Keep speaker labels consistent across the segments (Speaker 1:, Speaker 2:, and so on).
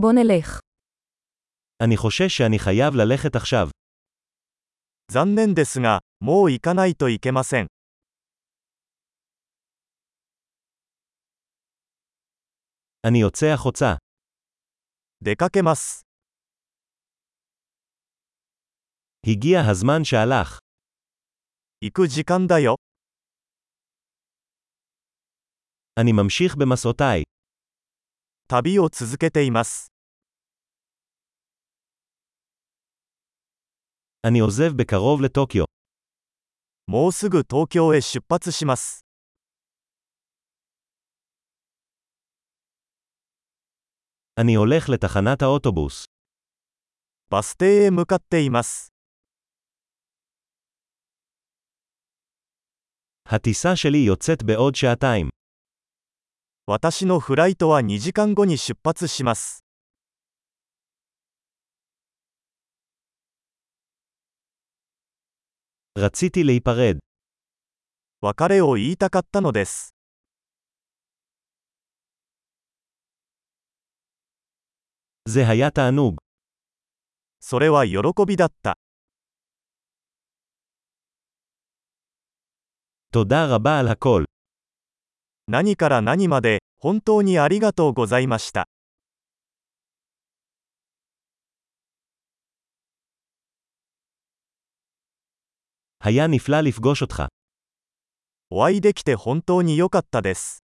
Speaker 1: בוא נלך.
Speaker 2: אני חושש שאני חייב ללכת עכשיו.
Speaker 3: 残念ですが、もう行かないといけません。
Speaker 2: אני יוצא החוצה.
Speaker 3: 出かけます。
Speaker 2: הגיע הזמן שהלך.
Speaker 3: 行く時間だよ。
Speaker 2: אני ממשיך במסעותיי.
Speaker 3: 旅を続けています。
Speaker 2: אני עוזב בקרוב לטוקיו.
Speaker 3: もうすぐ東京へ出発します。
Speaker 2: אני הולך לתחנת האוטובוס.
Speaker 3: バス停へ向かっています。
Speaker 2: הטיסה שלי יוצאת בעוד שעתיים.
Speaker 3: 私のフライトは2時間後に出発します。
Speaker 2: רציתי להיפרד.
Speaker 3: 別れを言いたかったのです。
Speaker 2: זה היה תענוג.
Speaker 3: それは喜びだった。
Speaker 2: תודה רבה על הכל.
Speaker 3: 何から何まで、本当にありがとうございました。
Speaker 2: היה נפלא לפגוש אותך.
Speaker 3: お会いできて本当に良かったです。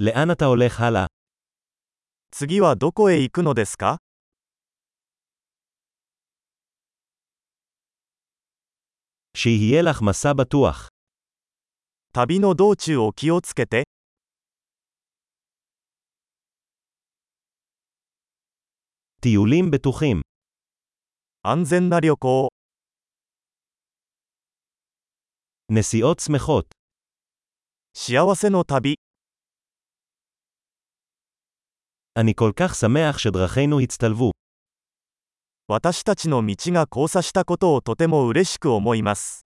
Speaker 2: לאן אתה הולך הלאה?
Speaker 3: 次はどこへ行くのですか
Speaker 2: שיהיה לך מסע בטוח.
Speaker 3: 旅の道中を気をつけて、
Speaker 2: טיולים בטוחים.
Speaker 3: 安全な旅行、
Speaker 2: נסיעות שמחות.
Speaker 3: 幸せの旅、
Speaker 2: אני כל כך שמח שדרכינו הצטלבו.
Speaker 3: 私たちの道が交差したことをとても嬉しく思います。